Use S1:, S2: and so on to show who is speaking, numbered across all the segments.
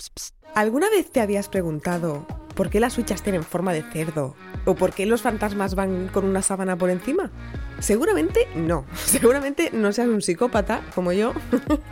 S1: Psst, psst. ¿Alguna vez te habías preguntado por qué las huichas tienen forma de cerdo? ¿O por qué los fantasmas van con una sábana por encima? Seguramente no. Seguramente no seas un psicópata como yo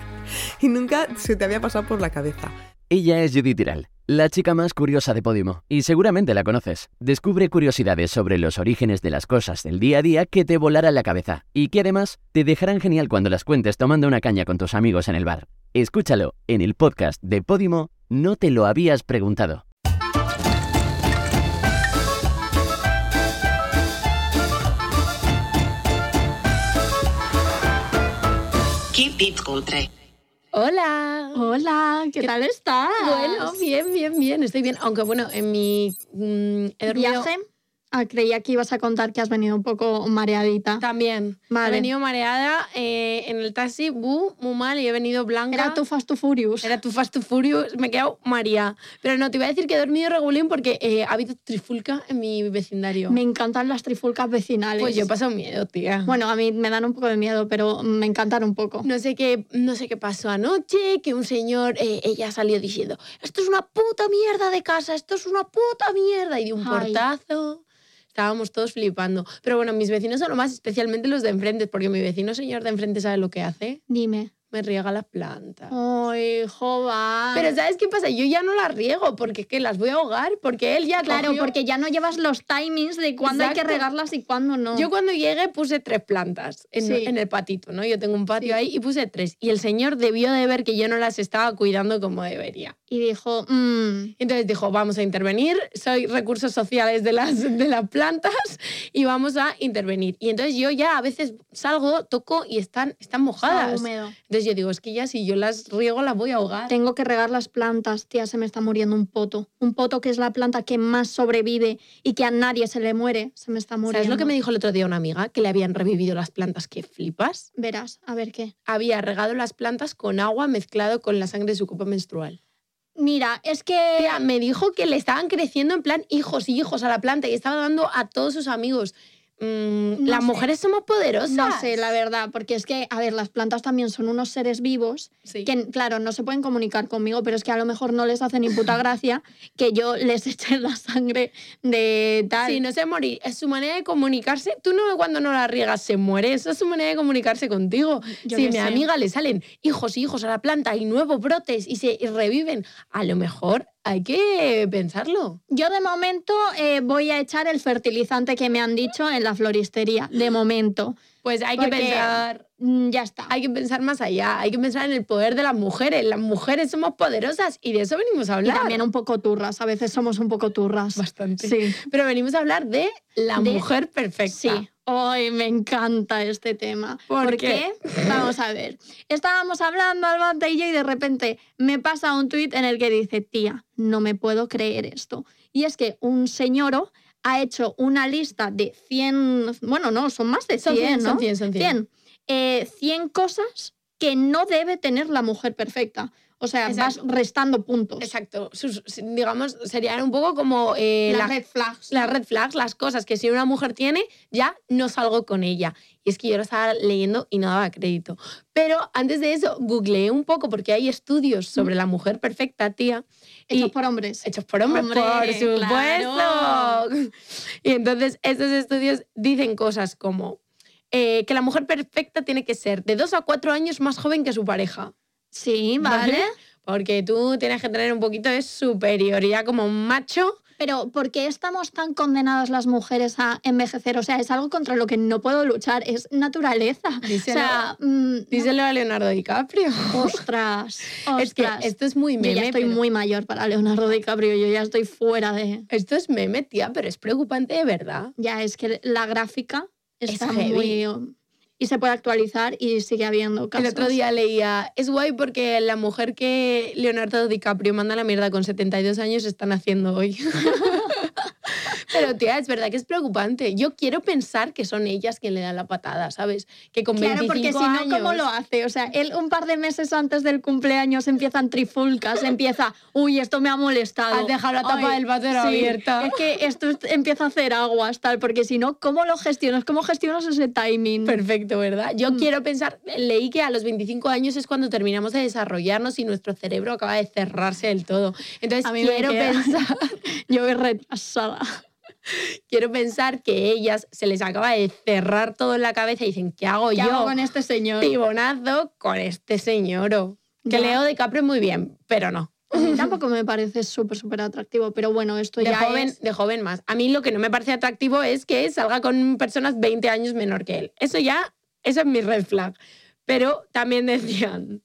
S1: y nunca se te había pasado por la cabeza.
S2: Ella es Judy Tiral, la chica más curiosa de Podimo, y seguramente la conoces. Descubre curiosidades sobre los orígenes de las cosas del día a día que te volarán la cabeza y que además te dejarán genial cuando las cuentes tomando una caña con tus amigos en el bar. Escúchalo en el podcast de Podimo No te lo habías preguntado.
S3: Keep it cutre.
S4: Hola.
S5: Hola, ¿qué, tal estás?
S4: Bueno, bien, bien, bien. Estoy bien. Aunque bueno, en mi mm, he dormido-
S5: ¿Viaje? Ah, creía que ibas a contar que has venido un poco mareadita.
S4: También.
S5: Vale.
S4: He venido mareada eh, en el taxi, bu, muy mal, y he venido blanca.
S5: Era tu Fast to Furious.
S4: Era tu Fast to Furious, me he quedado María. Pero no, te iba a decir que he dormido regulín porque eh, ha habido trifulca en mi vecindario.
S5: Me encantan las trifulcas vecinales.
S4: Pues yo he pasado miedo, tía.
S5: Bueno, a mí me dan un poco de miedo, pero me encantan un poco.
S4: No sé, qué, no sé qué pasó anoche, que un señor, eh, ella salió diciendo, esto es una puta mierda de casa, esto es una puta mierda, y de un
S5: Ay.
S4: portazo. Estábamos todos flipando. Pero bueno, mis vecinos son lo más, especialmente los de enfrente, porque mi vecino señor de enfrente sabe lo que hace,
S5: Dime.
S4: me riega las plantas.
S5: Ah. Ay, jova.
S4: Pero ¿sabes qué pasa? Yo ya no las riego, porque es que las voy a ahogar, porque él ya
S5: claro,
S4: cogió-
S5: porque ya no llevas los timings de cuándo hay
S4: Exacto.
S5: que regarlas y cuándo no.
S4: Yo cuando llegué puse tres plantas en,
S5: Sí.
S4: en el patito, ¿no? Yo tengo un patio
S5: Sí.
S4: ahí y puse tres. Y el señor debió de ver que yo no las estaba cuidando como debería.
S5: Y dijo, "Mm,
S4: Entonces dijo, vamos a intervenir, soy recursos sociales de las, de las plantas y vamos a intervenir. Y entonces yo ya a veces salgo, toco y están, están
S5: está
S4: mojadas.
S5: húmedo.
S4: Entonces yo digo, es que ya si yo las riego las voy a ahogar.
S5: Tengo que regar las plantas, tía, se me está muriendo un poto. Un poto que es la planta que más sobrevive y que a nadie se le muere, se me está muriendo.
S4: ¿Sabes lo que me dijo el otro día una amiga? Que le habían revivido las plantas, que flipas.
S5: Verás, a ver qué.
S4: Había regado las plantas con agua mezclado con la sangre de su copa menstrual.
S5: Mira, es que
S4: Tía, me dijo que le estaban creciendo en plan hijos y hijos a la planta y estaba dando a todos sus amigos. Mm,
S5: No
S4: las
S5: sé.
S4: mujeres somos poderosas.
S5: no sé, la verdad, porque es que, a ver, las plantas también son unos seres vivos
S4: Sí.
S5: que, claro, no se pueden comunicar conmigo, pero es que a lo mejor no les hace ni puta gracia que yo les eche la sangre de tal.
S4: Sí, no sé morir. Es su manera de comunicarse. Tú no cuando no la riegas se muere. Esa es su manera de comunicarse contigo.
S5: Yo
S4: si a
S5: qué
S4: mi
S5: sé.
S4: amiga le salen hijos y hijos a la planta y nuevos brotes y se y reviven, a lo mejor hay que pensarlo.
S5: Yo de momento eh, voy a echar el fertilizante que me han dicho en la floristería, de momento.
S4: Pues hay que
S5: Porque-
S4: pensar.
S5: Mm, Ya está.
S4: Hay que pensar más allá. Hay que pensar en el poder de las mujeres. Las mujeres somos poderosas y de eso venimos a
S5: Y
S4: hablar.
S5: también un poco turras, a veces somos un poco turras.
S4: bastante.
S5: Sí,
S4: Pero venimos a hablar de la
S5: De-
S4: mujer perfecta.
S5: sí. Ay, me encanta este tema.
S4: ¿Por qué?
S5: Vamos a ver. Estábamos hablando Alba y yo y de repente me pasa un tuit en el que dice, tía, no me puedo creer esto. Y es que un señoro ha hecho una lista de 100, bueno, no, son más de 100,
S4: Son 100,
S5: ¿no?
S4: son 100, son 100.
S5: 100. Eh, 100 cosas que no debe tener la mujer perfecta. O sea,
S4: Exacto.
S5: vas restando puntos.
S4: Exacto. Sus- digamos, serían un poco como eh,
S5: Las
S4: la-
S5: red flags.
S4: las red flags, las cosas que si una mujer tiene, ya no salgo con ella. Y es que yo lo estaba leyendo y no daba crédito. Pero antes de eso, googleé un poco porque hay estudios sobre la mujer perfecta, tía. y-
S5: Hechos por hombres.
S4: Hechos por hombres,
S5: Hombre,
S4: por supuesto.
S5: claro.
S4: Y entonces estos estudios dicen cosas como eh, que la mujer perfecta tiene que ser de dos a cuatro años más joven que su pareja.
S5: Sí, vale.
S4: Porque tú tienes que tener un poquito de superioridad como macho.
S5: Pero ¿por qué estamos tan condenadas las mujeres a envejecer? O sea, es algo contra lo que no puedo luchar, es naturaleza.
S4: Díselo.
S5: O sea, mm, no-
S4: Díselo a Leonardo DiCaprio.
S5: ostras,
S4: Es que
S5: ostras.
S4: esto es muy
S5: yo
S4: meme.
S5: ya estoy
S4: pero-
S5: muy mayor para Leonardo DiCaprio, yo ya estoy fuera de...
S4: Esto es meme, tía, pero es preocupante de verdad.
S5: Ya, es que la gráfica
S4: Es
S5: está
S4: heavy.
S5: muy... um, Y se puede actualizar y sigue habiendo casos.
S4: El otro día leía, es guay porque la mujer que Leonardo DiCaprio manda a la mierda con 72 años están haciendo hoy. Pero tía, es verdad que es preocupante. Yo quiero pensar que son ellas quien le dan la patada, ¿sabes? Que con 25
S5: Claro, porque si no,
S4: años...
S5: ¿cómo lo hace? O sea, él un par de meses antes del cumpleaños empiezan trifulcas, empieza, uy, esto me ha molestado.
S4: Has dejado la tapa del váter
S5: sí,
S4: abierta".
S5: Es que esto es- empieza a hacer aguas, tal, porque si no, ¿cómo lo gestionas? ¿Cómo gestionas ese timing?
S4: Perfecto, ¿verdad? Yo
S5: Mm.
S4: quiero pensar, leí que a los 25 años es cuando terminamos de desarrollarnos y nuestro cerebro acaba de cerrarse del todo. Entonces,
S5: A mí me
S4: quiero
S5: queda.
S4: pensar,
S5: Yo voy retrasada.
S4: quiero pensar que ellas se les acaba de cerrar todo en la cabeza y dicen, ¿qué hago
S5: ¿Qué
S4: Pues yo?
S5: hago con este señor?
S4: Pibonazo con este señor. Que
S5: Ya.
S4: Leo DiCaprio muy bien, pero no.
S5: A mí Tampoco me parece súper, súper atractivo, pero bueno, esto
S4: De
S5: Pues ya
S4: joven,
S5: es...
S4: de joven más. A mí lo que no me parece atractivo es que salga con personas 20 años menor que él. Eso ya, eso es mi red flag. Pero también decían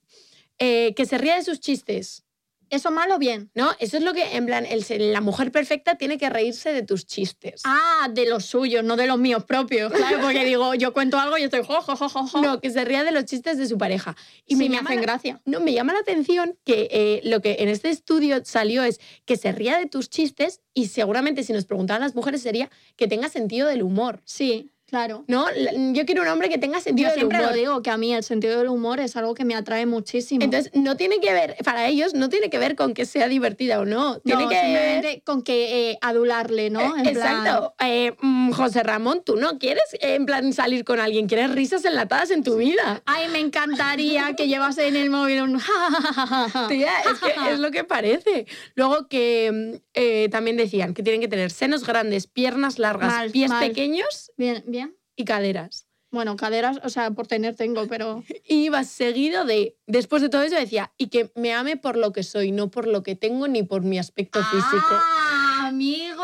S4: eh, que se ría de sus chistes,
S5: ¿Eso mal o bien?
S4: ¿no? Eso es lo que, en plan, el se- la mujer perfecta tiene que reírse de tus chistes.
S5: Ah, de los suyos, no de los míos propios, claro, porque digo, yo cuento algo y estoy jo, jo, jo, jo, jo.
S4: No, que se ría de los chistes de su pareja. Y
S5: y
S4: me,
S5: me
S4: llama
S5: hacen
S4: la-
S5: gracia.
S4: No, me llama la atención que eh, lo que en este estudio salió es que se ría de tus chistes y seguramente si nos preguntaban las mujeres sería que tenga sentido del humor.
S5: Sí, claro.
S4: ¿no? L- Yo quiero un hombre que tenga sentido
S5: Yo
S4: del
S5: siempre
S4: humor.
S5: lo digo, que a mí el sentido del humor es algo que me atrae muchísimo.
S4: Entonces, no tiene que ver, para ellos, no tiene que ver con que sea divertida o no.
S5: No,
S4: Tiene que ver.
S5: simplemente con que eh, adularle, ¿no?
S4: Eh,
S5: En plan,
S4: Exacto. Eh, mm, José Ramón, tú no quieres eh, en plan salir con alguien, quieres risas enlatadas en tu vida.
S5: Ay, me encantaría que llevase en el móvil un... ja, ja, ja, ja, ja".
S4: Tía, es, que es lo que parece. Luego que mm, eh, también decían que tienen que tener senos grandes, piernas largas,
S5: Mal,
S4: pies
S5: mal.
S4: pequeños
S5: Bien, bien.
S4: y caderas.
S5: Bueno, caderas, o sea, por tener tengo, pero...
S4: Y iba seguido de, después de todo eso decía, y que me ame por lo que soy, no por lo que tengo ni por mi aspecto físico.
S5: ¡Ah, amigo!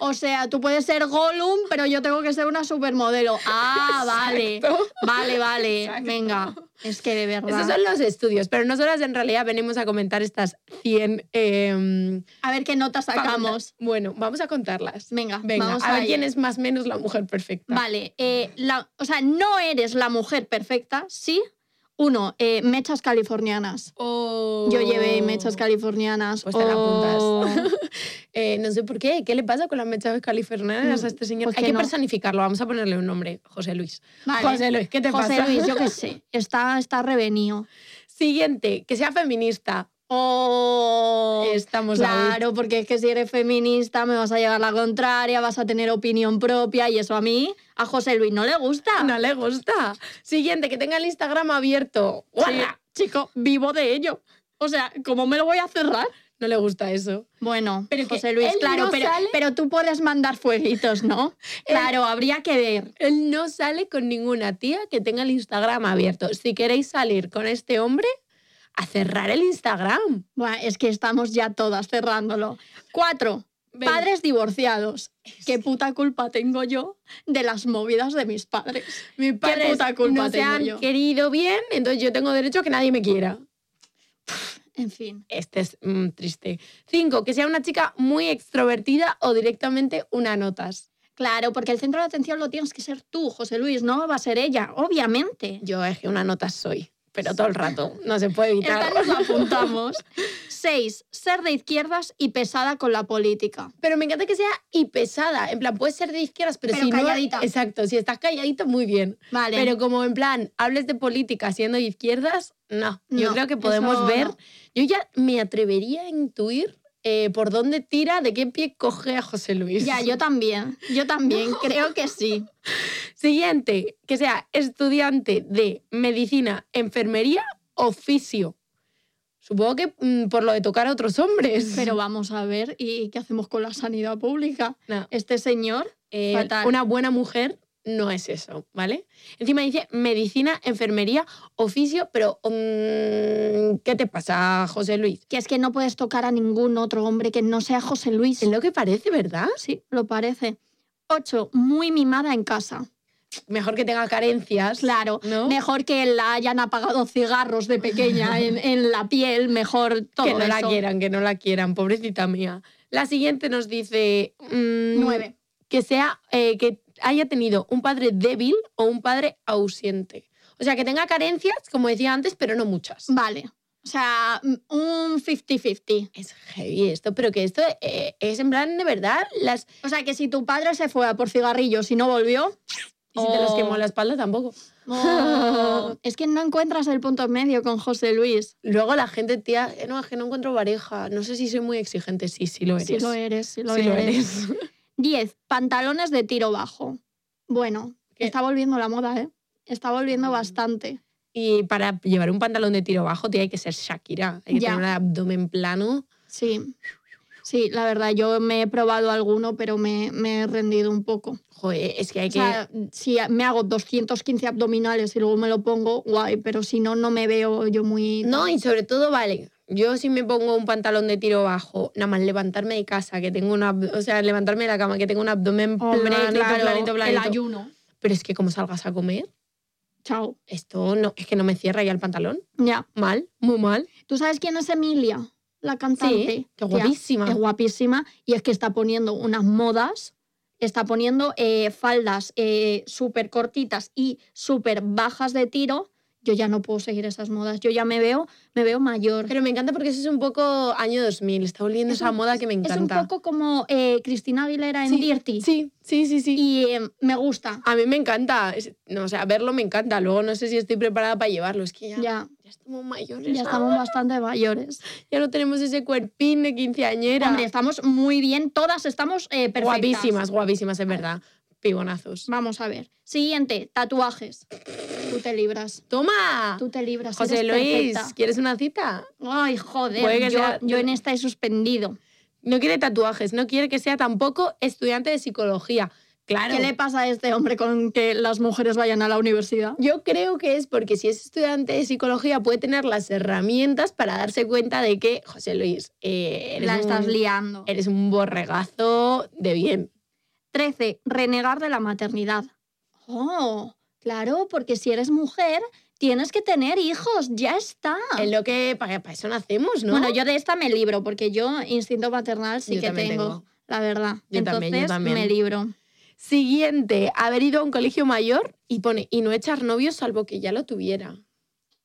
S5: O sea, tú puedes ser Gollum, pero yo tengo que ser una supermodelo. ¡Ah, vale!
S4: Exacto.
S5: Vale, vale.
S4: Exacto.
S5: Venga. Es que de verdad...
S4: Esos son los estudios, pero nosotras en realidad venimos a comentar estas 100. eh,
S5: A ver qué nota sacamos.
S4: Bueno, vamos a contarlas.
S5: Venga,
S4: Venga,
S5: vamos
S4: a ver
S5: ello.
S4: quién es más menos la mujer perfecta.
S5: Vale, eh, la- o sea, no eres la mujer perfecta, sí. Uno, eh, mechas californianas.
S4: Oh.
S5: Yo llevé mechas californianas.
S4: Pues te la apuntas.
S5: o-
S4: Eh, no sé por qué. ¿Qué le pasa con las mechas californianas a este señor?
S5: pues
S4: Hay
S5: que
S4: que
S5: no.
S4: personificarlo. Vamos a ponerle un nombre. José Luis.
S5: Vale.
S4: José Luis, ¿qué te
S5: José
S4: pasa?
S5: Luis, yo qué sé. Está, está revenido.
S4: Siguiente, que sea feminista.
S5: Oh,
S4: Estamos a
S5: claro, porque es que si eres feminista me vas a llevar la contraria, vas a tener opinión propia y eso a mí, a José Luis no le gusta.
S4: No le gusta. Siguiente, que tenga el Instagram abierto. ¡Guala!
S5: Chico, vivo de ello. O sea, ¿cómo me lo voy a cerrar?
S4: No le gusta eso.
S5: Bueno,
S4: Pero que
S5: José Luis,
S4: él
S5: claro,
S4: no
S5: pero,
S4: sale-
S5: pero tú puedes mandar fueguitos, ¿no? claro, habría que ver.
S4: Eh, Él no sale con ninguna tía que tenga el Instagram abierto. Si queréis salir con este hombre, a cerrar el Instagram.
S5: Buah, es que estamos ya todas cerrándolo. Cuatro,
S4: Venga.
S5: padres divorciados.
S4: Eh,
S5: ¿Qué puta culpa tengo yo de las movidas de mis padres?
S4: Mi padre
S5: puta culpa
S4: no se
S5: tengo
S4: han
S5: yo?
S4: querido bien, entonces yo tengo derecho a que nadie me quiera.
S5: En fin.
S4: Este es mm, triste. Cinco, que sea una chica muy extrovertida o directamente una notas.
S5: Claro, porque el centro de atención lo tienes que ser tú, José Luis, no va a ser ella, obviamente.
S4: Yo es que una notas soy, pero todo el rato. No se puede evitar.
S5: Esta nos la apuntamos. Seis, ser de izquierdas y pesada con la política.
S4: Pero me encanta que sea y pesada. En plan, puedes ser de izquierdas, pero,
S5: Pero
S4: si no-
S5: calladita.
S4: Exacto, si estás calladito, muy bien.
S5: Vale.
S4: Pero como en plan, hables de política siendo de izquierdas, no. Yo
S5: No,
S4: creo que podemos
S5: eso
S4: ver.
S5: no.
S4: Yo ya me atrevería a intuir eh, por dónde tira, de qué pie coge a José Luis.
S5: Ya, yo también. Yo también, creo que sí.
S4: Siguiente, que sea estudiante de medicina, enfermería o fisio. Supongo que mm, por lo de tocar a otros hombres.
S5: Pero vamos a ver, ¿y qué hacemos con la sanidad pública?
S4: No.
S5: Este señor,
S4: Eh,
S5: Fatal.
S4: Una buena mujer no es eso, ¿vale? Encima dice medicina, enfermería, oficio, pero mm, ¿qué te pasa, José Luis?
S5: que es que no puedes tocar a ningún otro hombre que no sea José Luis.
S4: Es lo que parece, ¿verdad?
S5: Sí, lo parece. Ocho, Muy mimada en casa.
S4: Mejor que tenga carencias,
S5: Claro.
S4: ¿no?
S5: Mejor que la hayan apagado cigarros de pequeña en, en la piel, mejor todo
S4: que no la
S5: eso.
S4: quieran, que no la quieran, pobrecita mía. La siguiente nos dice mm,
S5: Nueve.
S4: que sea eh, que haya tenido un padre débil
S5: Mm.
S4: o un padre ausente. O sea, que tenga carencias, como decía antes, pero no muchas.
S5: Vale. O sea, m- un 50-50.
S4: Es heavy esto, pero que esto eh, es en plan de verdad las...
S5: O sea, que si tu padre se fue a por cigarrillos y no volvió,
S4: Y si te los
S5: Oh.
S4: quemó la espalda tampoco.
S5: oh, es que no encuentras el punto medio con José Luis.
S4: Luego la gente, tía, eh, no, es que no encuentro pareja. No sé si soy muy exigente. Sí, sí lo eres.
S5: Si lo eres, si lo
S4: Sí
S5: eres.
S4: lo eres.
S5: 10. Pantalones de tiro bajo. Bueno,
S4: ¿Qué?
S5: está volviendo la moda, ¿eh? Está volviendo
S4: Mm.
S5: bastante.
S4: Y para llevar un pantalón de tiro bajo, tía, hay que ser Shakira. Hay que
S5: Ya.
S4: tener un abdomen plano.
S5: Sí. Sí, la verdad, yo me he probado alguno, pero me, me he rendido un poco.
S4: Joder, es que hay
S5: O
S4: que...
S5: sea, si me hago 215 abdominales y luego me lo pongo, guay, pero si no, no me veo yo muy...
S4: No, y sobre todo, vale, yo si me pongo un pantalón de tiro bajo, nada más levantarme de casa, que tengo una... O sea, levantarme de la cama, que tengo un abdomen
S5: Hombre,
S4: planito,
S5: claro,
S4: planito, planito.
S5: el ayuno.
S4: Pero es que como salgas a comer,
S5: Chao.
S4: esto no... Es que no me cierra ya el pantalón.
S5: Ya.
S4: Mal, muy mal.
S5: ¿Tú sabes quién es Emilia? La cantante.
S4: Sí, qué
S5: Tía,
S4: guapísima.
S5: Es guapísima y es que está poniendo unas modas. Está poniendo eh, faldas eh, súper cortitas y súper bajas de tiro. Yo ya no puedo seguir esas modas. Yo ya me veo, me veo mayor.
S4: Pero me encanta porque eso es un poco año 2000. Está volviendo
S5: Es
S4: esa
S5: un-
S4: moda que me
S5: es un
S4: encanta.
S5: poco como eh, Cristina Aguilera en
S4: Sí,
S5: Dirty.
S4: Sí, sí, sí, sí.
S5: Y eh, me gusta.
S4: A mí me encanta. Es- No, o sea, verlo me encanta. Luego no sé si estoy preparada para llevarlo. Es que ya, ya.
S5: Ya,
S4: estamos mayores.
S5: ya estamos bastante mayores.
S4: Ya no tenemos ese cuerpín de quinceañera.
S5: Hombre, estamos muy bien. Todas estamos eh, perfectas.
S4: guapísimas, guapísimas, es verdad. Pibonazos.
S5: Vamos a ver. Siguiente, tatuajes. Tú te libras.
S4: ¡Toma!
S5: Tú te libras.
S4: José
S5: eres
S4: Luis,
S5: perfecta.
S4: ¿quieres una cita?
S5: Ay, joder.
S4: Puede que
S5: yo,
S4: sea-
S5: yo en esta he suspendido.
S4: No quiere tatuajes, no quiere que sea tampoco estudiante de psicología. Claro.
S5: ¿Qué le pasa a este hombre con que las mujeres vayan a la universidad?
S4: Yo creo que es porque si es estudiante de psicología puede tener las herramientas para darse cuenta de que, José Luis, eh, eres,
S5: La estás
S4: un,
S5: liando.
S4: eres un borregazo de bien.
S5: 13. Renegar de la maternidad. Oh, claro, porque si eres mujer, tienes que tener hijos. Ya está.
S4: Es lo que para, eso nacemos, Eh, ¿no?
S5: Ah. Bueno, yo de esta me libro, porque yo instinto maternal sí
S4: Yo
S5: que
S4: también
S5: tengo, La verdad.
S4: Yo
S5: Entonces
S4: también, yo también.
S5: me libro.
S4: Siguiente, haber ido a un colegio mayor y pone, y no echar novio salvo que ya lo tuviera.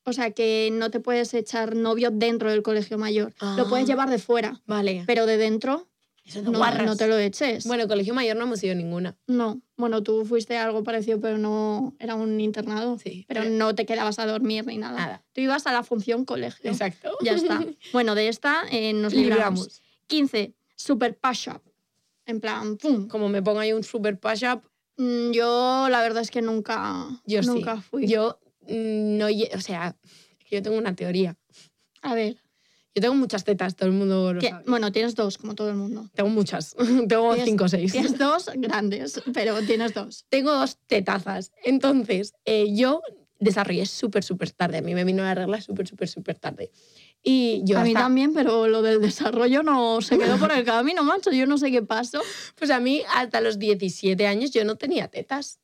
S5: O sea, que no te puedes echar novio dentro del colegio mayor.
S4: Ah.
S5: Lo puedes llevar de fuera,
S4: Vale.
S5: pero de dentro
S4: Eso
S5: no, no te lo eches.
S4: Bueno, colegio mayor no hemos ido ninguna.
S5: No, bueno, tú fuiste a algo parecido, pero no era un internado.
S4: Sí. Ah.
S5: Pero no te quedabas a dormir ni nada.
S4: Nada.
S5: Tú ibas a la función colegio.
S4: Exacto.
S5: Ya está. Bueno, de esta eh, nos libramos.
S4: Libramos.
S5: 15. Super push-up. En plan, pum.
S4: Como me ponga yo un super push-up,
S5: Mm, Yo la verdad es que nunca,
S4: Yo sí.
S5: nunca fui.
S4: yo mm, no... lle- O sea, es que yo tengo una teoría.
S5: A ver,
S4: Yo tengo muchas tetas, todo el mundo lo
S5: que-
S4: sabe.
S5: bueno, tienes dos, como todo el mundo.
S4: Tengo muchas. tengo
S5: Tienes-
S4: cinco o seis.
S5: Tienes dos grandes, pero tienes dos.
S4: Tengo dos tetazas. Entonces, eh, yo desarrollé súper, súper tarde. A mí me vino la regla súper, súper, súper tarde. Y yo
S5: a mí
S4: hasta-
S5: también, pero lo del desarrollo no se quedó por el camino, macho. Yo no sé qué pasó.
S4: Pues a mí hasta los 17 años yo no tenía tetas.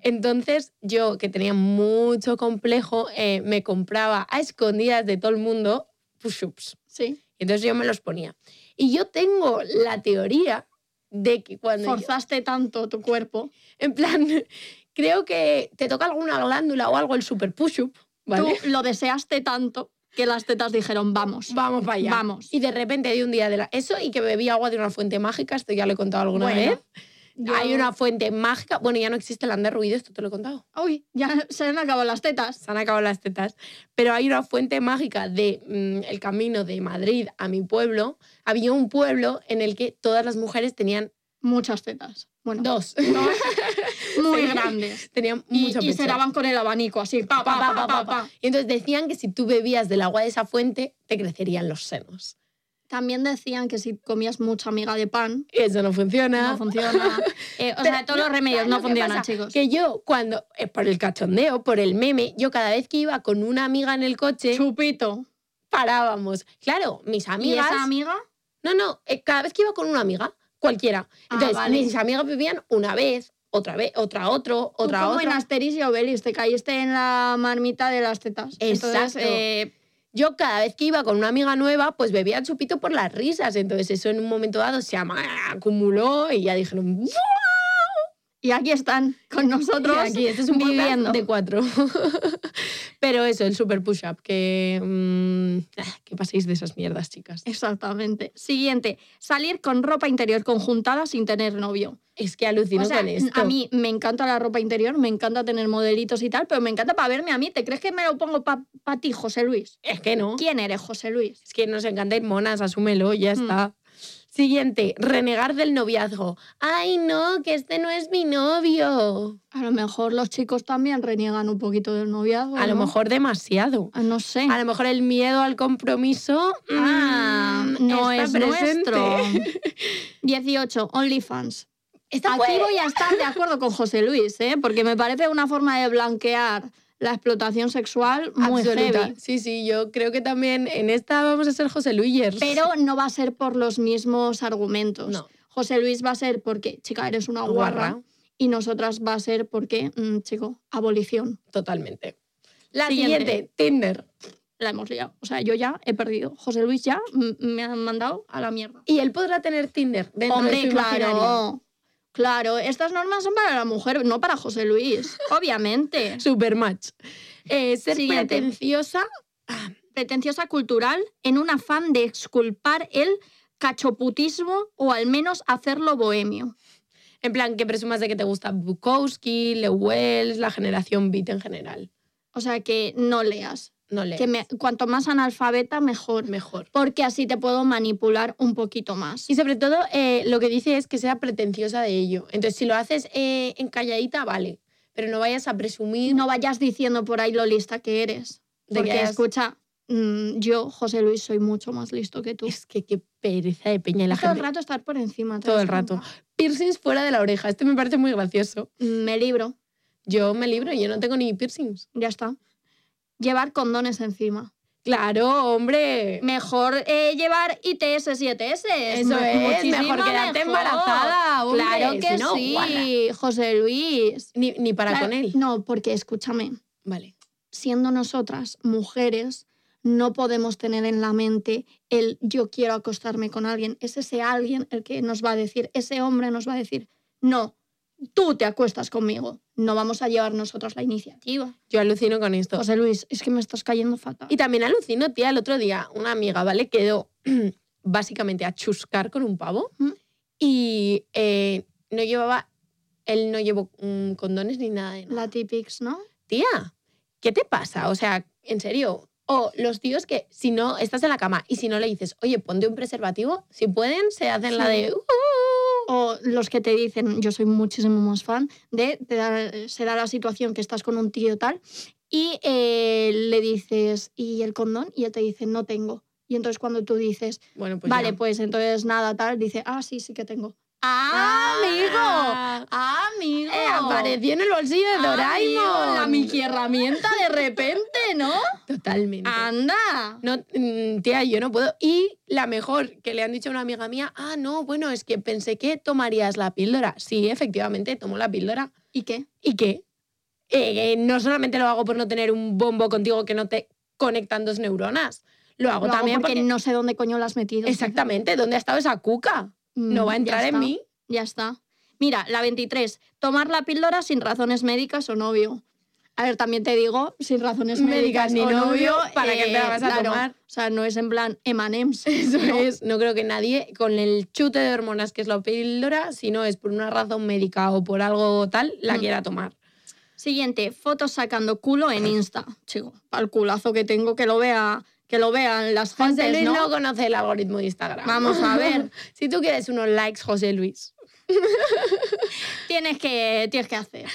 S4: Entonces yo, que tenía mucho complejo, eh, me compraba a escondidas de todo el mundo push-ups.
S5: Sí.
S4: Y Entonces yo me los ponía. Y yo tengo la teoría de que cuando... yo-
S5: Forzaste tanto tu cuerpo.
S4: en plan, creo que te toca alguna glándula o algo el super push-up, ¿vale?
S5: Tú lo deseaste tanto que las tetas dijeron, vamos.
S4: Vamos para allá.
S5: Vamos.
S4: Y de repente de un día de la... Eso y que bebí agua de una fuente mágica, esto ya lo he contado alguna
S5: Bueno,
S4: vez.
S5: yo-
S4: Hay una fuente mágica. Bueno, ya no existe el Ander Ruido, esto te lo he contado.
S5: Uy, ya se me acabado las tetas.
S4: Se han acabado las tetas. Pero hay una fuente mágica de mm, el camino de Madrid a mi pueblo. Había un pueblo en el que todas las mujeres tenían
S5: Muchas tetas. Bueno,
S4: dos.
S5: dos
S4: Sí.
S5: muy grandes.
S4: tenían
S5: Y,
S4: mucho
S5: y
S4: pecho.
S5: se daban con el abanico así, pa, pa, pa, pa, pa, pa.
S4: Y entonces decían que si tú bebías del agua de esa fuente, te crecerían los senos.
S5: También decían que si comías mucha miga de pan,
S4: Eso no funciona.
S5: no funciona. Eh, o
S4: Pero-
S5: sea, todos los
S4: no,
S5: remedios
S4: ¿sabes
S5: Ah. no
S4: lo que
S5: funcionan,
S4: pasa?
S5: chicos.
S4: Que yo, cuando, eh, por el cachondeo, por el meme, yo cada vez que iba con una amiga en el coche,
S5: Chupito.
S4: parábamos. Claro, mis
S5: ¿Y
S4: amigas.
S5: esa amiga?
S4: No, no, eh, cada vez que iba con una amiga, cualquiera.
S5: Ah,
S4: Entonces,
S5: vale.
S4: mis amigas bebían una vez, otra vez, otra, otro,
S5: Tú
S4: otra,
S5: como en
S4: otra.
S5: Asterix y Obelix, te caíste en la marmita de las tetas. Entonces,
S4: Exacto.
S5: eh,
S4: Yo cada vez que iba con una amiga nueva, pues bebía chupito por las risas. Entonces, eso en un momento dado se ama- acumuló y ya dijeron, "Buah".
S5: Y aquí están con nosotros.
S4: Y aquí, este es un podcast
S5: viviendo.
S4: de cuatro. Pero eso, el super push-up, que, mm, ah, que paséis de esas mierdas, chicas.
S5: Exactamente. Siguiente, salir con ropa interior conjuntada sin tener novio.
S4: Es que alucino
S5: o sea,
S4: con esto.
S5: a mí me encanta la ropa interior, me encanta tener modelitos y tal, pero me encanta para verme a mí. ¿Te crees que me lo pongo para ti, José Luis?
S4: Es que no.
S5: ¿Quién eres, José Luis?
S4: Es que nos encanta ir monas, asúmelo, ya
S5: Mm.
S4: está. Siguiente, renegar del noviazgo. Ay, no, que este no es mi novio.
S5: A lo mejor los chicos también reniegan un poquito del noviazgo.
S4: A lo
S5: ¿no?
S4: mejor demasiado.
S5: Ah, No sé.
S4: A lo mejor el miedo al compromiso
S5: Ah,
S4: mm,
S5: no
S4: está
S5: es
S4: presente.
S5: nuestro. 18. OnlyFans.
S4: Esta
S5: Aquí
S4: fue-
S5: voy a estar de acuerdo con José Luis, ¿eh? porque me parece una forma de blanquear la explotación sexual muy
S4: Absoluta.
S5: heavy.
S4: Sí, sí, yo creo que también en esta vamos a ser José Luyers.
S5: Pero no va a ser por los mismos argumentos.
S4: no,
S5: José Luis va a ser porque, chica, eres una guarra.
S4: guarra,
S5: Y nosotras va a ser porque, mm, chico, abolición.
S4: totalmente. La
S5: Siguiente.
S4: siguiente, Tinder.
S5: La hemos liado. O sea, yo ya he perdido. José Luis ya mm, me han mandado a la mierda.
S4: Y él podrá tener Tinder dentro de
S5: Hombre,
S4: su imaginario.
S5: claro. Claro, estas normas son para la mujer, no para José Luis. Obviamente.
S4: Supermatch. Eh, ser
S5: Siguiente.
S4: pretenciosa.
S5: pretenciosa cultural en un afán de exculpar el cachoputismo o al menos hacerlo bohemio.
S4: En plan, que presumas de que te gusta Bukowski, Le Wells, la generación beat en general.
S5: O sea, que no leas.
S4: No le
S5: Que me- cuanto más analfabeta, mejor.
S4: mejor.
S5: Porque así te puedo manipular un poquito más.
S4: Y sobre todo, eh, lo que dice es que sea pretenciosa de ello. Entonces, si lo haces eh, en calladita, vale. Pero no vayas a presumir
S5: No vayas diciendo por ahí lo lista que eres.
S4: de
S5: Porque
S4: que hayas-
S5: escucha, mm, yo, José Luis, soy mucho más listo que tú.
S4: Es que qué pereza de peña y la
S5: todo el
S4: gente.
S5: rato estar por encima. ¿te
S4: Todo
S5: das
S4: el rato.
S5: cuenta?
S4: Piercings fuera de la oreja. Este me parece muy gracioso.
S5: Mm, Me libro,
S4: Yo me libro, yo no tengo ni piercings.
S5: ya está. Llevar condones encima.
S4: Claro, hombre.
S5: Mejor eh, llevar ITS y ETS.
S4: Eso es, mejor quedarte embarazada. hombre,
S5: Claro que
S4: si no,
S5: sí,
S4: guarra.
S5: José Luis.
S4: Ni, ni para
S5: Claro,
S4: con él.
S5: No, porque escúchame,
S4: Vale.
S5: siendo nosotras mujeres, no podemos tener en la mente el yo quiero acostarme con alguien. Es ese alguien el que nos va a decir, ese hombre nos va a decir, no, tú te acuestas conmigo. No vamos a llevar nosotras la iniciativa.
S4: Yo alucino con esto.
S5: José Luis, es que me estás cayendo fatal.
S4: Y también alucino, tía, el otro día una amiga, ¿vale? Quedó básicamente a chuscar con un pavo
S5: Ujú.
S4: y eh, no llevaba, él no llevó mm, condones ni nada de nada.
S5: La Tipix, ¿no?
S4: Tía, ¿qué te pasa? O sea, en serio. O los tíos que si no estás en la cama y si no le dices, oye, ponte un preservativo, si pueden, se hacen la
S5: Sí.
S4: de... "Uh".
S5: O los que te dicen, yo soy muchísimo más fan, de te da- se da la situación que estás con un tío tal y eh, le dices, ¿y el condón? Y él te dice, no tengo. Y entonces cuando tú dices,
S4: Bueno, pues...
S5: vale,
S4: ya.
S5: pues entonces nada tal, dice, ah, sí, sí que tengo. ¡Ah, amigo!
S4: Ah,
S5: ¡Ah, amigo!
S4: eh, apareció en el bolsillo de Doraemon.
S5: la miquierramienta de repente, ¿no?
S4: Totalmente.
S5: ¡Anda!
S4: Ah, No, mm, tía, yo no puedo. Y la mejor que le han dicho a una amiga mía, ah, no, bueno, es que pensé que tomarías la píldora. Sí, efectivamente, tomo la píldora.
S5: ¿Y qué?
S4: ¿Y qué? Eh, eh, no solamente lo hago por no tener un bombo contigo que no te conectan dos neuronas. Lo hago
S5: Lo hago
S4: también
S5: porque,
S4: porque...
S5: no sé dónde coño las has metido.
S4: Exactamente, ¿dónde ha estado esa cuca? No
S5: Mm,
S4: va a
S5: ya
S4: entrar en
S5: está.
S4: mí.
S5: Ya está. Mira, la 23. Tomar la píldora sin razones médicas o novio. A ver, también te digo, sin razones
S4: Médicas
S5: médicas,
S4: ni
S5: o novio, eh,
S4: novio, ¿para qué te la vas a
S5: claro.
S4: tomar?
S5: O sea, no es en plan Emanems.
S4: Eso es, no creo que nadie con el chute de hormonas que es la píldora, si no es por una razón médica o por algo tal, la
S5: Mm.
S4: quiera tomar.
S5: Siguiente, fotos sacando culo en Insta. Chico, al culazo que tengo que lo vea, que lo vean las
S4: José
S5: gentes,
S4: Luis
S5: ¿no?
S4: no conoce el algoritmo de Instagram.
S5: Vamos a ver.
S4: Si tú quieres unos likes, José Luis.
S5: Tienes que, tienes que hacer.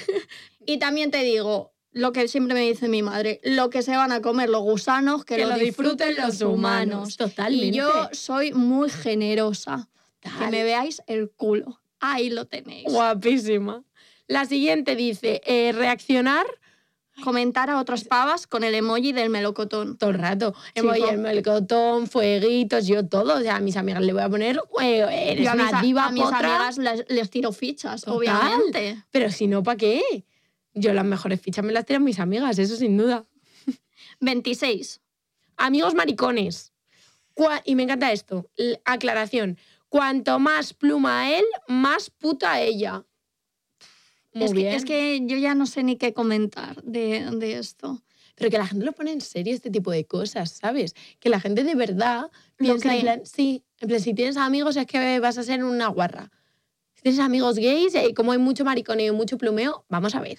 S5: Y también te digo, lo que siempre me dice mi madre, lo que se van a comer los gusanos, que, lo disfruten los humanos.
S4: Totalmente.
S5: Y yo soy muy generosa. Que me veáis el culo. Ahí lo tenéis.
S4: Guapísima. La siguiente dice, eh, reaccionar
S5: Comentar a otras pavas con el emoji del melocotón.
S4: todo el rato.
S5: Chico.
S4: Emoji, el melcotón, fueguitos, yo todo. O sea, a mis amigas le voy a poner, "Eh, eres
S5: Yo a mis,
S4: una
S5: a-
S4: diva,
S5: a mis
S4: potra".
S5: amigas les, les tiro fichas,
S4: Total.
S5: obviamente.
S4: Pero si no, ¿para qué? Yo las mejores fichas me las tiran mis amigas, eso sin duda.
S5: 26.
S4: Amigos maricones. Cua- y me encanta esto. l- aclaración. Cuanto más pluma él, más puta ella. Muy
S5: es,
S4: bien.
S5: Que, es que yo ya no sé ni qué comentar de, de esto.
S4: Pero que la gente lo pone en serio este tipo de cosas, ¿sabes? Que la gente de verdad piensa en
S5: cree.
S4: plan, sí, en plan, si tienes amigos es que vas a ser una guarra. Si tienes amigos gays, eh, como hay mucho mariconeo y mucho plumeo, vamos a ver,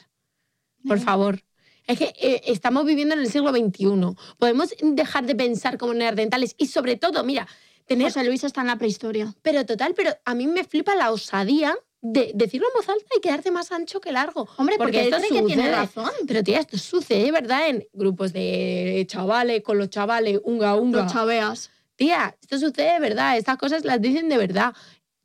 S4: por
S5: Eh,
S4: favor. Es que eh, estamos viviendo en el siglo XXI. Podemos dejar de pensar como neandertales y sobre todo, mira, tener...
S5: José Luis está en la prehistoria.
S4: pero total, pero a mí me flipa la osadía de decirlo en voz alta y quedarte más ancho que largo.
S5: Hombre,
S4: Porque
S5: porque,
S4: esto
S5: esto que tiene
S4: sucede.
S5: razón.
S4: Pero tía, esto sucede, ¿verdad? En grupos de chavales, con los chavales, unga, unga.
S5: Los chaveas.
S4: tía, esto sucede de verdad, estas cosas las dicen de verdad.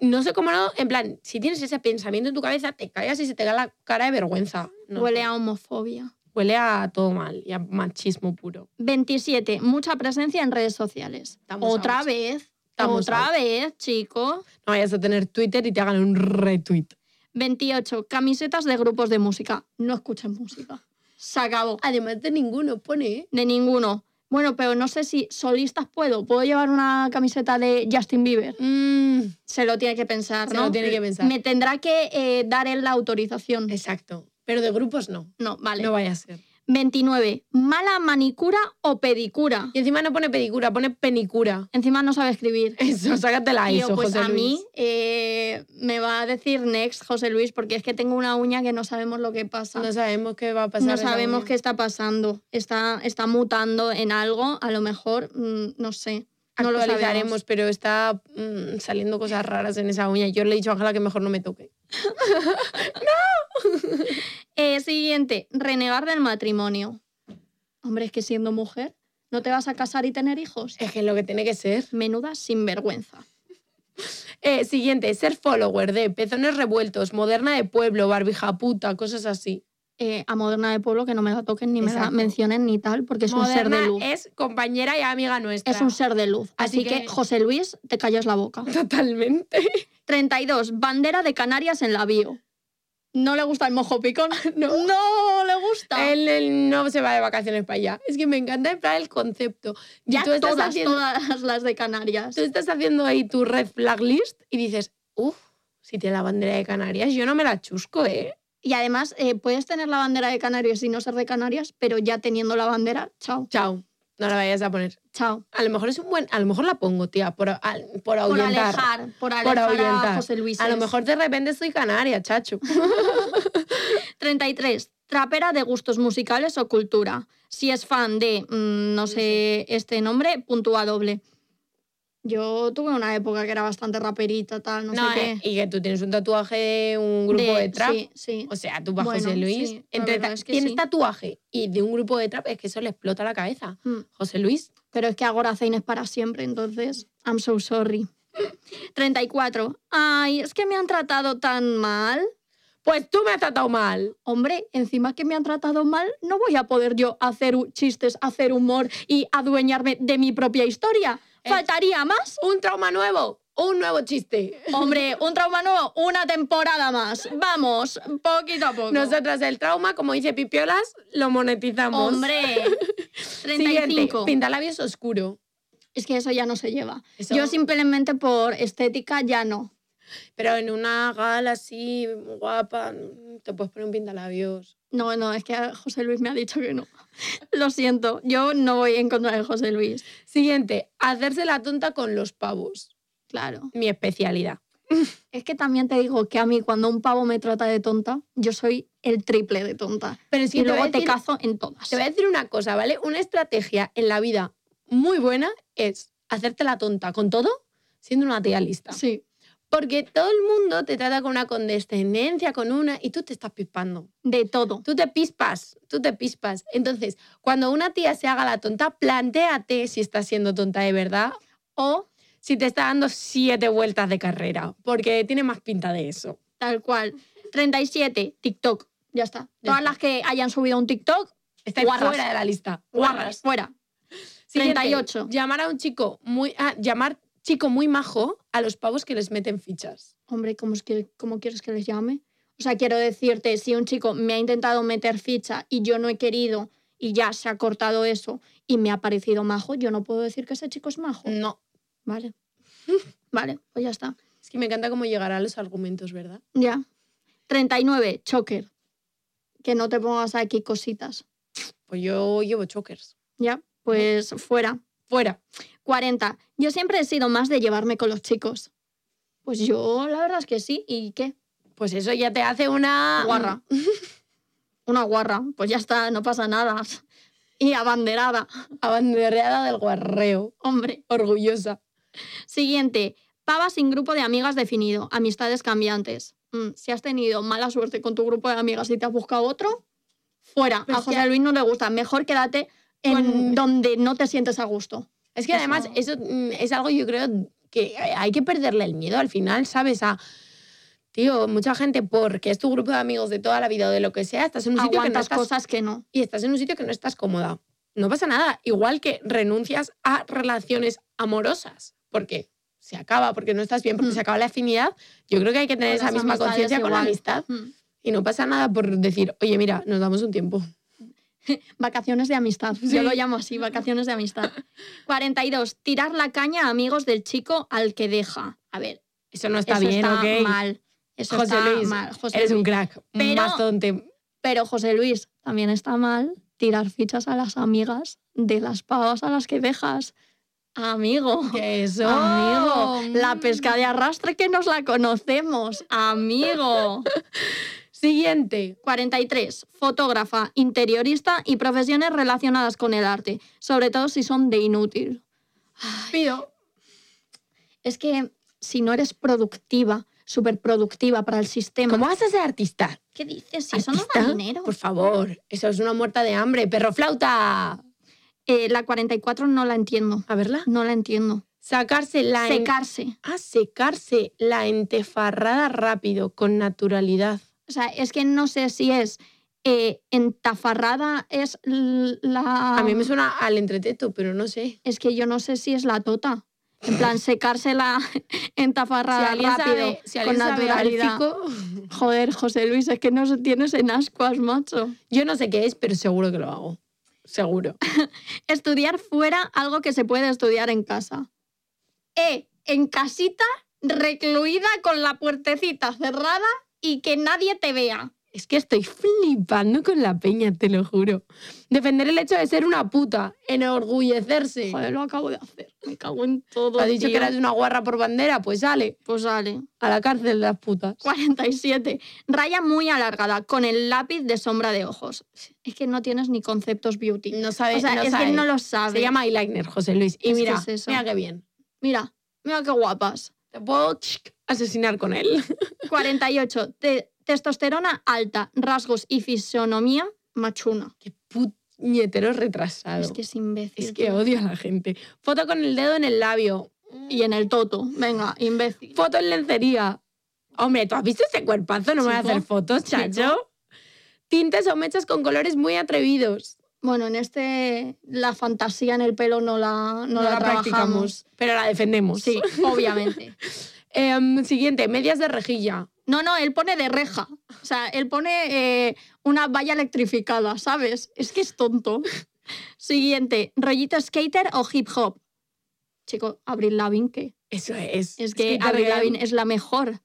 S4: No sé cómo no, en plan, si tienes ese pensamiento en tu cabeza, te callas y se te cae la cara de vergüenza. No
S5: Huele
S4: sé.
S5: a homofobia.
S4: Huele a todo mal y a machismo puro.
S5: 27. Mucha presencia en redes sociales.
S4: Estamos
S5: otra
S4: out.
S5: vez.
S4: Estamos
S5: otra
S4: out.
S5: vez, chico.
S4: No vayas a tener Twitter y te hagan un retweet.
S5: 28. Camisetas de grupos de música. No escuchen música. Se acabó.
S4: Además de ninguno pone, ¿eh?
S5: De ninguno. Bueno, pero no sé si solistas puedo. ¿Puedo llevar una camiseta de Justin Bieber?
S4: Mm,
S5: Se lo tiene que pensar,
S4: Se
S5: ¿no?
S4: lo tiene que pensar.
S5: Me tendrá que eh, dar él la autorización.
S4: exacto. Pero de grupos no.
S5: No, vale.
S4: No vaya a ser.
S5: 29. Mala manicura o pedicura.
S4: Y encima no pone pedicura, pone penicura.
S5: Encima no sabe escribir.
S4: Eso, sácatela
S5: Tío,
S4: eso,
S5: pues
S4: José
S5: a
S4: Luis.
S5: mí eh, me va a decir next José Luis porque es que tengo una uña que no sabemos lo que pasa.
S4: Ah. No sabemos qué va a pasar.
S5: No
S4: esa
S5: sabemos
S4: uña.
S5: qué está pasando. Está, está mutando en algo, a lo mejor, mm, no sé. No lo
S4: Actualizaremos,
S5: sabemos.
S4: pero está mm, saliendo cosas raras en esa uña. Yo le he dicho a Ángela que mejor no me toque.
S5: Eh, siguiente, renegar del matrimonio. Hombre, es que siendo mujer, ¿no te vas a casar y tener hijos?
S4: Es que es lo que tiene que ser.
S5: Menuda sinvergüenza.
S4: Eh, siguiente, ser follower de pezones revueltos, moderna de pueblo, barbija puta, cosas así.
S5: Eh, a Moderna de Pueblo que no me la toquen ni me la
S4: Exacto.
S5: mencionen ni tal, porque es un ser
S4: Moderna
S5: de luz.
S4: es compañera y amiga nuestra.
S5: Es un ser de luz.
S4: Así
S5: Así, que,
S4: que-
S5: José Luis, te callas la boca.
S4: Totalmente.
S5: 32. Bandera de Canarias en la bio. No le gusta el mojo picón. No, le gusta.
S4: Él, él no se va de vacaciones para allá. Es que me encanta en plan, el concepto. Y
S5: ya
S4: tú estás
S5: todas,
S4: haciendo-
S5: todas las de Canarias.
S4: Tú estás haciendo ahí tu red flag list y dices, uff, si tiene la bandera de Canarias, yo no me la chusco, ¿eh?
S5: Y además, eh, puedes tener la bandera de Canarias y no ser de Canarias, pero ya teniendo la bandera, chao,
S4: Chao, no la vayas a poner.
S5: chao.
S4: A lo mejor es un buen, a lo mejor la pongo, tía, por, al- por
S5: Por
S4: ahuyentar.
S5: alejar, por alejar
S4: ahuyentar.
S5: a José Luis.
S4: a lo mejor de repente soy canaria, chacho.
S5: 33. Trapera de gustos musicales o cultura. Si es fan de, mm, no sé, este nombre, puntúa doble. Yo tuve una época que era bastante raperita, tal, no,
S4: No,
S5: sé qué.
S4: eh, y que tú tienes un tatuaje de un grupo de, trap.
S5: Sí, sí.
S4: O sea, tú vas
S5: Bueno,
S4: José Luis,
S5: sí, la
S4: entre
S5: verdad
S4: ta-
S5: es que
S4: tienes
S5: sí.
S4: tatuaje y de un grupo de trap, es que eso le explota la cabeza.
S5: Mm.
S4: José Luis,
S5: Pero es que ahora Zayn es para siempre, entonces, I'm so sorry. 34. Ay, es que me han tratado tan mal.
S4: pues tú me has tratado mal.
S5: Hombre, encima que me han tratado mal, no voy a poder yo hacer u- chistes, hacer humor y adueñarme de mi propia historia.
S4: Eh.
S5: ¿Faltaría más?
S4: Un trauma nuevo, un nuevo chiste.
S5: Hombre, un trauma nuevo, una temporada más. Vamos, poquito a poco.
S4: Nosotras el trauma, como dice Pipiolas, lo monetizamos.
S5: Hombre,
S4: Siguiente,
S5: 35.
S4: pintalabios oscuro.
S5: Es que eso ya no se lleva.
S4: Eso-
S5: Yo simplemente por estética ya no.
S4: Pero en una gala así, guapa, mm, te puedes poner un pintalabios.
S5: No, no, es que José Luis me ha dicho que no. Lo siento, yo no voy en contra de José Luis.
S4: Siguiente, hacerse la tonta con los pavos.
S5: Claro.
S4: Mi especialidad.
S5: Es que también te digo que a mí cuando un pavo me trata de tonta, yo soy el triple de tonta.
S4: Pero es que
S5: y
S4: te voy a
S5: luego te
S4: decir-
S5: cazo en todas.
S4: Te voy a decir una cosa, ¿vale? Una estrategia en la vida muy buena es hacerte la tonta con todo siendo una tía lista.
S5: Sí,
S4: Porque todo el mundo te trata con una condescendencia, con una, y tú te estás pispando.
S5: de todo.
S4: Tú te pispas, tú te pispas. Entonces, cuando una tía se haga la tonta, plantéate si está siendo tonta de verdad o si te está dando siete vueltas de carrera, porque tiene más pinta de eso.
S5: Tal cual. 37, TikTok. Ya está.
S4: Ya
S5: Todas
S4: está.
S5: las que hayan subido un TikTok,
S4: Está
S5: Guarras.
S4: fuera de la lista. Guarras.
S5: fuera.
S4: Siguiente,
S5: 38.
S4: Llamar a un chico muy ah, llamar chico muy majo a los pavos que les meten fichas.
S5: Hombre, ¿cómo, es que, ¿cómo quieres que les llame? O sea, quiero decirte, si un chico me ha intentado meter ficha y yo no he querido y ya se ha cortado eso y me ha parecido majo, yo no puedo decir que ese chico es majo.
S4: No.
S5: Vale. Vale, pues ya está.
S4: Es que me encanta cómo llegar a los argumentos, ¿verdad?
S5: Ya. 39, choker. Que no te pongas aquí cositas.
S4: Pues yo llevo chokers.
S5: Ya, pues fuera.
S4: Fuera.
S5: 40. Yo siempre he sido más de llevarme con los chicos. Pues yo, la verdad es que sí. ¿Y qué?
S4: Pues eso ya te hace una.
S5: Guarra. Una guarra. Pues ya está, no pasa nada. Y abanderada.
S4: Abanderada del guarreo.
S5: Hombre.
S4: Orgullosa.
S5: Siguiente. Pava sin grupo de amigas definido. Amistades cambiantes. Mm, si has tenido mala suerte con tu grupo de amigas y te has buscado otro, fuera.
S4: Pues
S5: a José
S4: ya-
S5: Luis no le gusta. Mejor quédate en
S4: Con-
S5: donde no te sientes a gusto.
S4: Es que además eso mm, es algo yo creo que hay que perderle el miedo al final, ¿sabes? A, tío, mucha gente porque es tu grupo de amigos de toda la vida o de lo que sea, estás en un sitio que no
S5: Aguantas
S4: estás
S5: cosas que no.
S4: y estás en un sitio que no estás cómoda. No pasa nada, igual que renuncias a relaciones amorosas, porque se acaba, porque no estás bien, porque
S5: Mm.
S4: se acaba la afinidad. Yo creo que hay que tener
S5: Con
S4: esa
S5: las
S4: misma
S5: amistades
S4: conciencia con la
S5: igual.
S4: amistad
S5: Mm.
S4: y no pasa nada por decir, oye, mira, nos damos un tiempo.
S5: Vacaciones de amistad.
S4: Sí.
S5: Yo lo llamo así, vacaciones de amistad. 42. Tirar la caña a amigos del chico al que deja. A ver,
S4: Eso no está
S5: eso
S4: bien,
S5: está
S4: ¿ok?
S5: mal. Eso
S4: José
S5: está
S4: Luis,
S5: mal. José
S4: Eres un
S5: Luis.
S4: crack,
S5: Pero-
S4: mastodonte.
S5: Pero José Luis, también está mal tirar fichas a las amigas de las pavas a las que dejas. Amigo.
S4: ¿Qué eso?
S5: Amigo, la
S4: Mm.
S5: pesca de arrastre que nos la conocemos, amigo.
S4: Siguiente.
S5: 43. Fotógrafa, interiorista y profesiones relacionadas con el arte, sobre todo si son de inútil.
S4: Pido.
S5: Es que si no eres productiva, súper productiva para el sistema.
S4: ¿Cómo vas a ser artista?
S5: ¿Qué dices? Si eso no da
S4: ¿Artista?
S5: dinero.
S4: Por favor, eso es una muerta de hambre. ¡Perro flauta!
S5: Eh, la 44 no la entiendo.
S4: A verla.
S5: No la entiendo.
S4: Sacarse la... en-
S5: Secarse.
S4: Ah, secarse la entefarrada rápido, con naturalidad.
S5: O sea, es que no sé si es eh, entafarrada, es l- la.
S4: A mí me suena al entreteto, pero no sé.
S5: Es que yo no sé si es la tota. En plan, secársela entafarrada rápido,
S4: si
S5: con
S4: alguien sabe
S5: naturalidad.
S4: élfico,
S5: Joder, José Luis, es que no se tienes en ascuas, macho.
S4: yo no sé qué es, pero seguro que lo hago. Seguro.
S5: Estudiar fuera algo que se puede estudiar en casa. E, en casita, recluida con la puertecita cerrada y que nadie te vea.
S4: Es que estoy flipando con la peña, te lo juro. Defender el hecho de ser una puta, enorgullecerse.
S5: Joder, lo acabo de hacer. Me cago en todo.
S4: Ha dicho
S5: tío.
S4: que eras una guarra por bandera, pues sale
S5: Pues sale.
S4: a la cárcel las putas.
S5: 47. Raya muy alargada, con el lápiz de sombra de ojos. Es que no tienes ni conceptos beauty.
S4: No sabe,
S5: o sea,
S4: no
S5: es
S4: sabe.
S5: que no lo sabes.
S4: Se llama eyeliner, José Luis. Y
S5: Es que
S4: mira,
S5: es eso.
S4: mira qué bien.
S5: Mira, mira qué guapas.
S4: Te puedo tsk, asesinar con él.
S5: 48. Te- testosterona alta, rasgos y fisonomía machuna.
S4: Qué puñetero retrasado.
S5: Es que es imbécil.
S4: Es que
S5: tío.
S4: odio a la gente. Foto con el dedo en el labio.
S5: Y en el toto. Venga, imbécil.
S4: Foto en lencería. Hombre, ¿tú has visto ese cuerpazo? No me voy a
S5: Chico,
S4: hacer fotos,
S5: chico.
S4: chacho. Tintes o mechas con colores muy atrevidos.
S5: Bueno, en este la fantasía en el pelo no la, no la, trabajamos.
S4: pero la defendemos.
S5: Sí, obviamente.
S4: Em, siguiente, medias de rejilla.
S5: No, no, él pone de reja. O sea, él pone eh, una valla electrificada, ¿sabes? Es que es tonto. Siguiente, rollito skater o hip hop. Chico, Abril Lavigne, ¿qué?
S4: Eso es.
S5: Es que
S4: te
S5: Abril
S4: regalan-
S5: Lavigne es la mejor.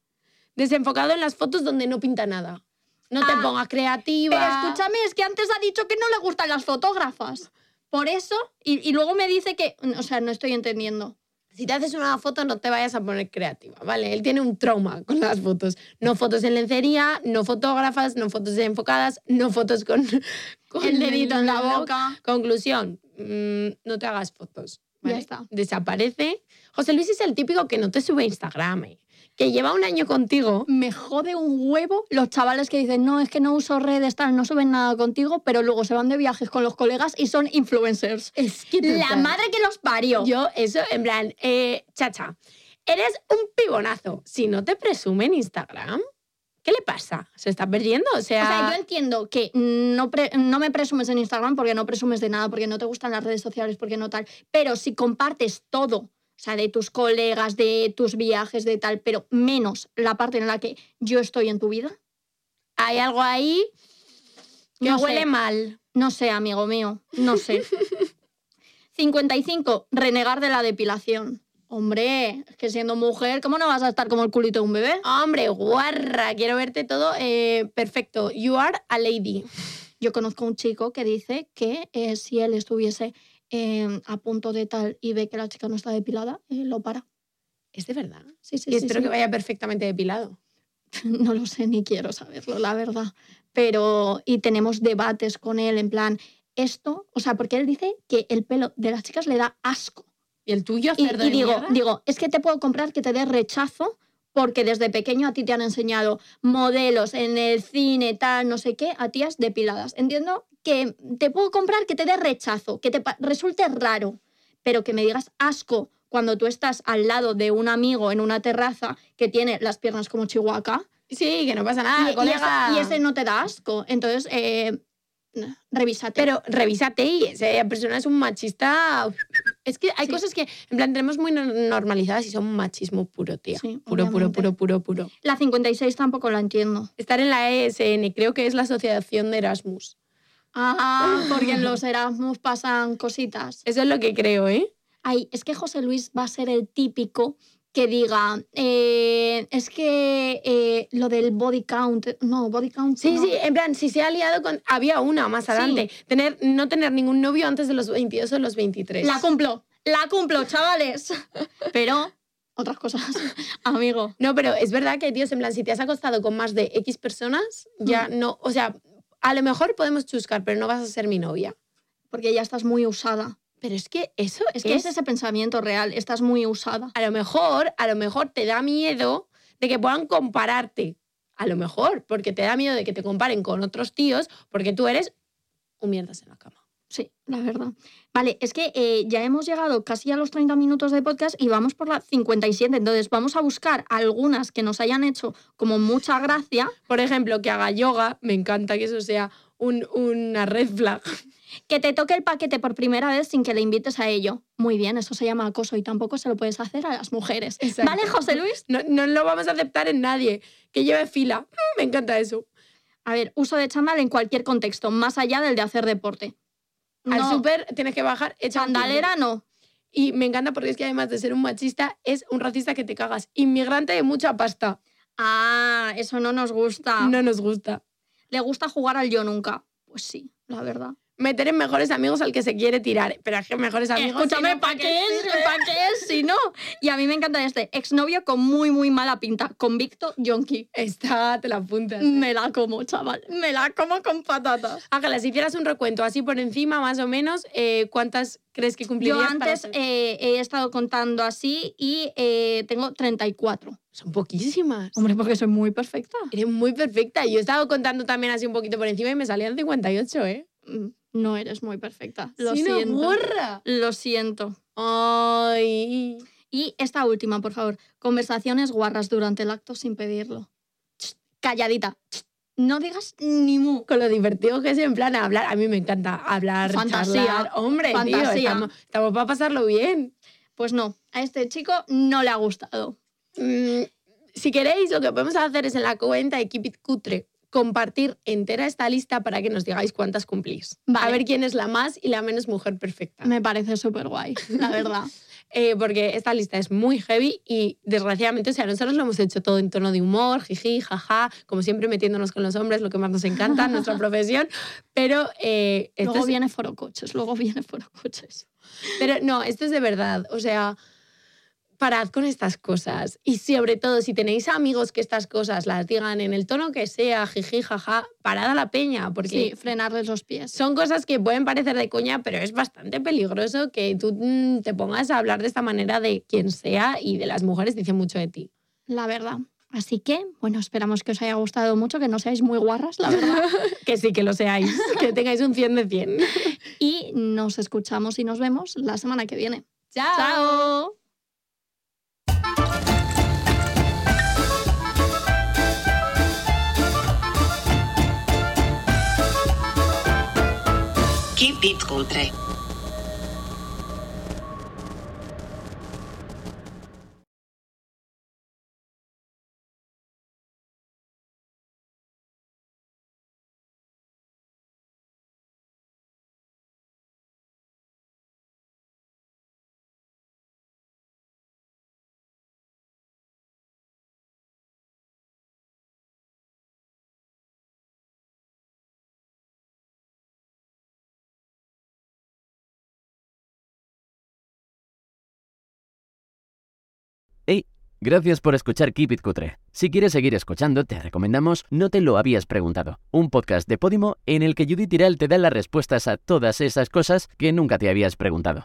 S4: Desenfocado en las fotos donde no pinta nada. No te
S5: Ah,
S4: pongas
S5: Pero
S4: creativa.
S5: escúchame, es que antes ha dicho que no le gustan las fotógrafas. Por eso, y, y luego me dice que, o sea, no estoy entendiendo.
S4: Si te haces una foto, no te vayas a poner creativa, ¿vale? Él tiene un trauma con las fotos. No fotos en lencería, no fotógrafas, no fotos enfocadas, no fotos con, con
S5: El dedito en la boca.
S4: Conclusión, mm, no te hagas fotos.
S5: Ya
S4: ¿vale?
S5: está.
S4: Desaparece. José Luis es el típico que no te sube a Instagram, eh, que lleva un año contigo.
S5: Me jode un huevo los chavales que dicen, no, es que no uso redes, tal, no suben nada contigo, pero luego se van de viajes con los colegas y son influencers.
S4: Es que
S5: La madre que los parió.
S4: Yo, eso, en plan, eh, chacha, eres un pibonazo. Si no te presume en Instagram, ¿qué le pasa? ¿Se está perdiendo? O
S5: o
S4: sea,
S5: sea, yo entiendo que no, pre- no me presumes en Instagram porque no presumes de nada, porque no te gustan las redes sociales, porque no tal. Pero si compartes todo, o sea, de tus colegas, de tus viajes, de tal, pero menos la parte en la que yo estoy en tu vida,
S4: hay algo ahí que
S5: No sé.
S4: huele mal.
S5: no sé, amigo mío, no sé. 55. Renegar de la depilación. Hombre, es que siendo mujer, ¿cómo no vas a estar como el culito de un bebé?
S4: Hombre, guarra, quiero verte todo eh, perfecto. You are a lady.
S5: Yo conozco un chico que dice que eh, si él estuviese eh, a punto de tal y ve que la chica no está depilada, eh, lo para.
S4: Es de verdad.
S5: Sí, sí,
S4: Y
S5: sí,
S4: espero
S5: sí.
S4: que vaya perfectamente depilado.
S5: No lo sé ni quiero saberlo, la verdad. Pero, y tenemos debates con él en plan, esto, o sea, porque él dice que el pelo de las chicas le da asco.
S4: ¿Y el tuyo,
S5: Y,
S4: cerdo
S5: y
S4: de
S5: digo,
S4: mierda?
S5: digo, es que te puedo comprar que te dé rechazo porque desde pequeño a ti te han enseñado modelos en el cine, tal, no sé qué, a tías depiladas. Entiendo que te puedo comprar que te dé rechazo, que te pa- resulte raro, pero que me digas asco cuando tú estás al lado de un amigo en una terraza que tiene las piernas como chihuahua
S4: Sí, que no pasa
S5: y-
S4: nada,
S5: y,
S4: colega.
S5: ese, y ese no te da asco. Entonces, eh, no, revísate.
S4: Pero revísate y esa persona es un machista. Es que hay
S5: Sí.
S4: cosas que, en plan, tenemos muy no- normalizadas y son machismo puro, tía.
S5: Sí,
S4: puro, puro,
S5: obviamente.
S4: puro, puro, puro.
S5: la 56 tampoco la entiendo.
S4: Estar en la ESN, creo que es la Asociación de Erasmus.
S5: Ah, porque en los Erasmus pasan cositas.
S4: Eso es lo que creo, ¿eh?
S5: Ay, es que José Luis va a ser el típico que diga, eh, es que eh, lo del body count, no, body count.
S4: Sí,
S5: no.
S4: sí, en plan, si se ha liado con... Había una más
S5: Sí.
S4: adelante. Tener, no tener ningún novio antes de los 22 o los 23.
S5: La cumplo, la cumplo, chavales. Pero, otras cosas, amigo.
S4: No, pero es verdad que, Dios, en plan, si te has acostado con más de X personas, ya no... O sea, a lo mejor podemos chuscar, pero no vas a ser mi novia.
S5: Porque ya estás muy usada.
S4: Pero es que eso
S5: Es que es ese pensamiento real, estás muy usada.
S4: a lo mejor, a lo mejor te da miedo de que puedan compararte. A lo mejor, porque te da miedo de que te comparen con otros tíos, porque tú eres un mierdas en la cama.
S5: Sí, la verdad. Vale, es que eh, ya hemos llegado casi a los 30 minutos de podcast y vamos por la 57. Entonces vamos a buscar algunas que nos hayan hecho como mucha gracia,
S4: Por ejemplo, que haga yoga, me encanta que eso sea un- una red flag.
S5: que te toque el paquete por primera vez sin que le invites a ello. Muy bien, eso se llama acoso y tampoco se lo puedes hacer a las mujeres.
S4: Exacto.
S5: ¿Vale, José Luis?
S4: No, no lo vamos a aceptar en nadie. Que lleve fila. Mm, me encanta eso.
S5: A ver, uso de chándal en cualquier contexto, más allá del de hacer deporte.
S4: Al
S5: No,
S4: súper tienes que bajar hecha un
S5: chandalera no.
S4: tilde. Y me encanta porque es que además de ser un machista, es un racista que te cagas. Inmigrante de mucha pasta.
S5: Ah, eso no nos gusta.
S4: No nos gusta.
S5: ¿Le gusta jugar al yo nunca? Pues sí, la verdad.
S4: meter en mejores amigos al que se quiere tirar. Pero es que mejores amigos.
S5: Escúchame,
S4: si no,
S5: ¿para
S4: ¿pa'
S5: qué es?
S4: sirve?
S5: ¿Para qué es? Si no. Y a mí me encanta este. Exnovio con muy, muy mala pinta. Convicto, yonki.
S4: Está, te la apuntas.
S5: Me la como, chaval. Me la como con patatas.
S4: Ángela, si hicieras un recuento así por encima, más o menos, eh, ¿cuántas crees que
S5: Yo
S4: cumplirías? para
S5: antes
S4: ser-
S5: eh, he estado contando así y eh, tengo 34.
S4: Son poquísimas.
S5: Hombre, porque soy muy perfecta.
S4: Eres muy perfecta. Yo he estado contando también así un poquito por encima y me salían 58, ¿eh?
S5: Mm, No eres muy perfecta. Lo
S4: Sí, no,
S5: siento.
S4: burra.
S5: Lo siento.
S4: Ay.
S5: Y esta última, por favor. Conversaciones guarras durante el acto sin pedirlo. Ch, calladita. Ch, no digas ni mu.
S4: Con lo divertido que es en plan hablar. A mí me encanta hablar,
S5: Fantasía.
S4: charlar. Hombre,
S5: Fantasía.
S4: tío, estamos, estamos para pasarlo bien.
S5: Pues no, a este chico no le ha gustado.
S4: Mm, si queréis, lo que podemos hacer es en la cuenta de Keep It Cutre compartir entera esta lista para que nos digáis cuántas cumplís.
S5: Vale.
S4: A ver quién es la más y la menos mujer perfecta.
S5: Me parece súper guay, la verdad.
S4: Eh, porque esta lista es muy heavy y desgraciadamente, o sea, nosotros lo hemos hecho todo en tono de humor, jiji, jaja, como siempre metiéndonos con los hombres, lo que más nos encanta, nuestra profesión, pero, eh, esto
S5: luego
S4: es-
S5: viene Forocoches, luego viene Forocoches.
S4: pero no, esto es de verdad, o sea... Parad con estas cosas. Y sobre todo, si tenéis amigos que estas cosas las digan en el tono que sea, jiji, jaja, parad a la peña, porque
S5: Sí, frenarles los pies.
S4: son cosas que pueden parecer de coña, pero es bastante peligroso que tú mm, te pongas a hablar de esta manera de quien sea y de las mujeres dice mucho de ti.
S5: La verdad. Así que, bueno, esperamos que os haya gustado mucho, que no seáis muy guarras, la verdad.
S4: Que sí, que lo seáis, que tengáis un 100 de 100.
S5: Y nos escuchamos y nos vemos la semana que viene.
S4: ¡Chao!
S5: ¡Chao!
S3: Keep It Cutre.
S2: Gracias por escuchar Keep It Cutre. Si quieres seguir escuchando, te recomendamos No te lo habías preguntado, un podcast de Podimo en el que Judith Tiral te da las respuestas a todas esas cosas que nunca te habías preguntado.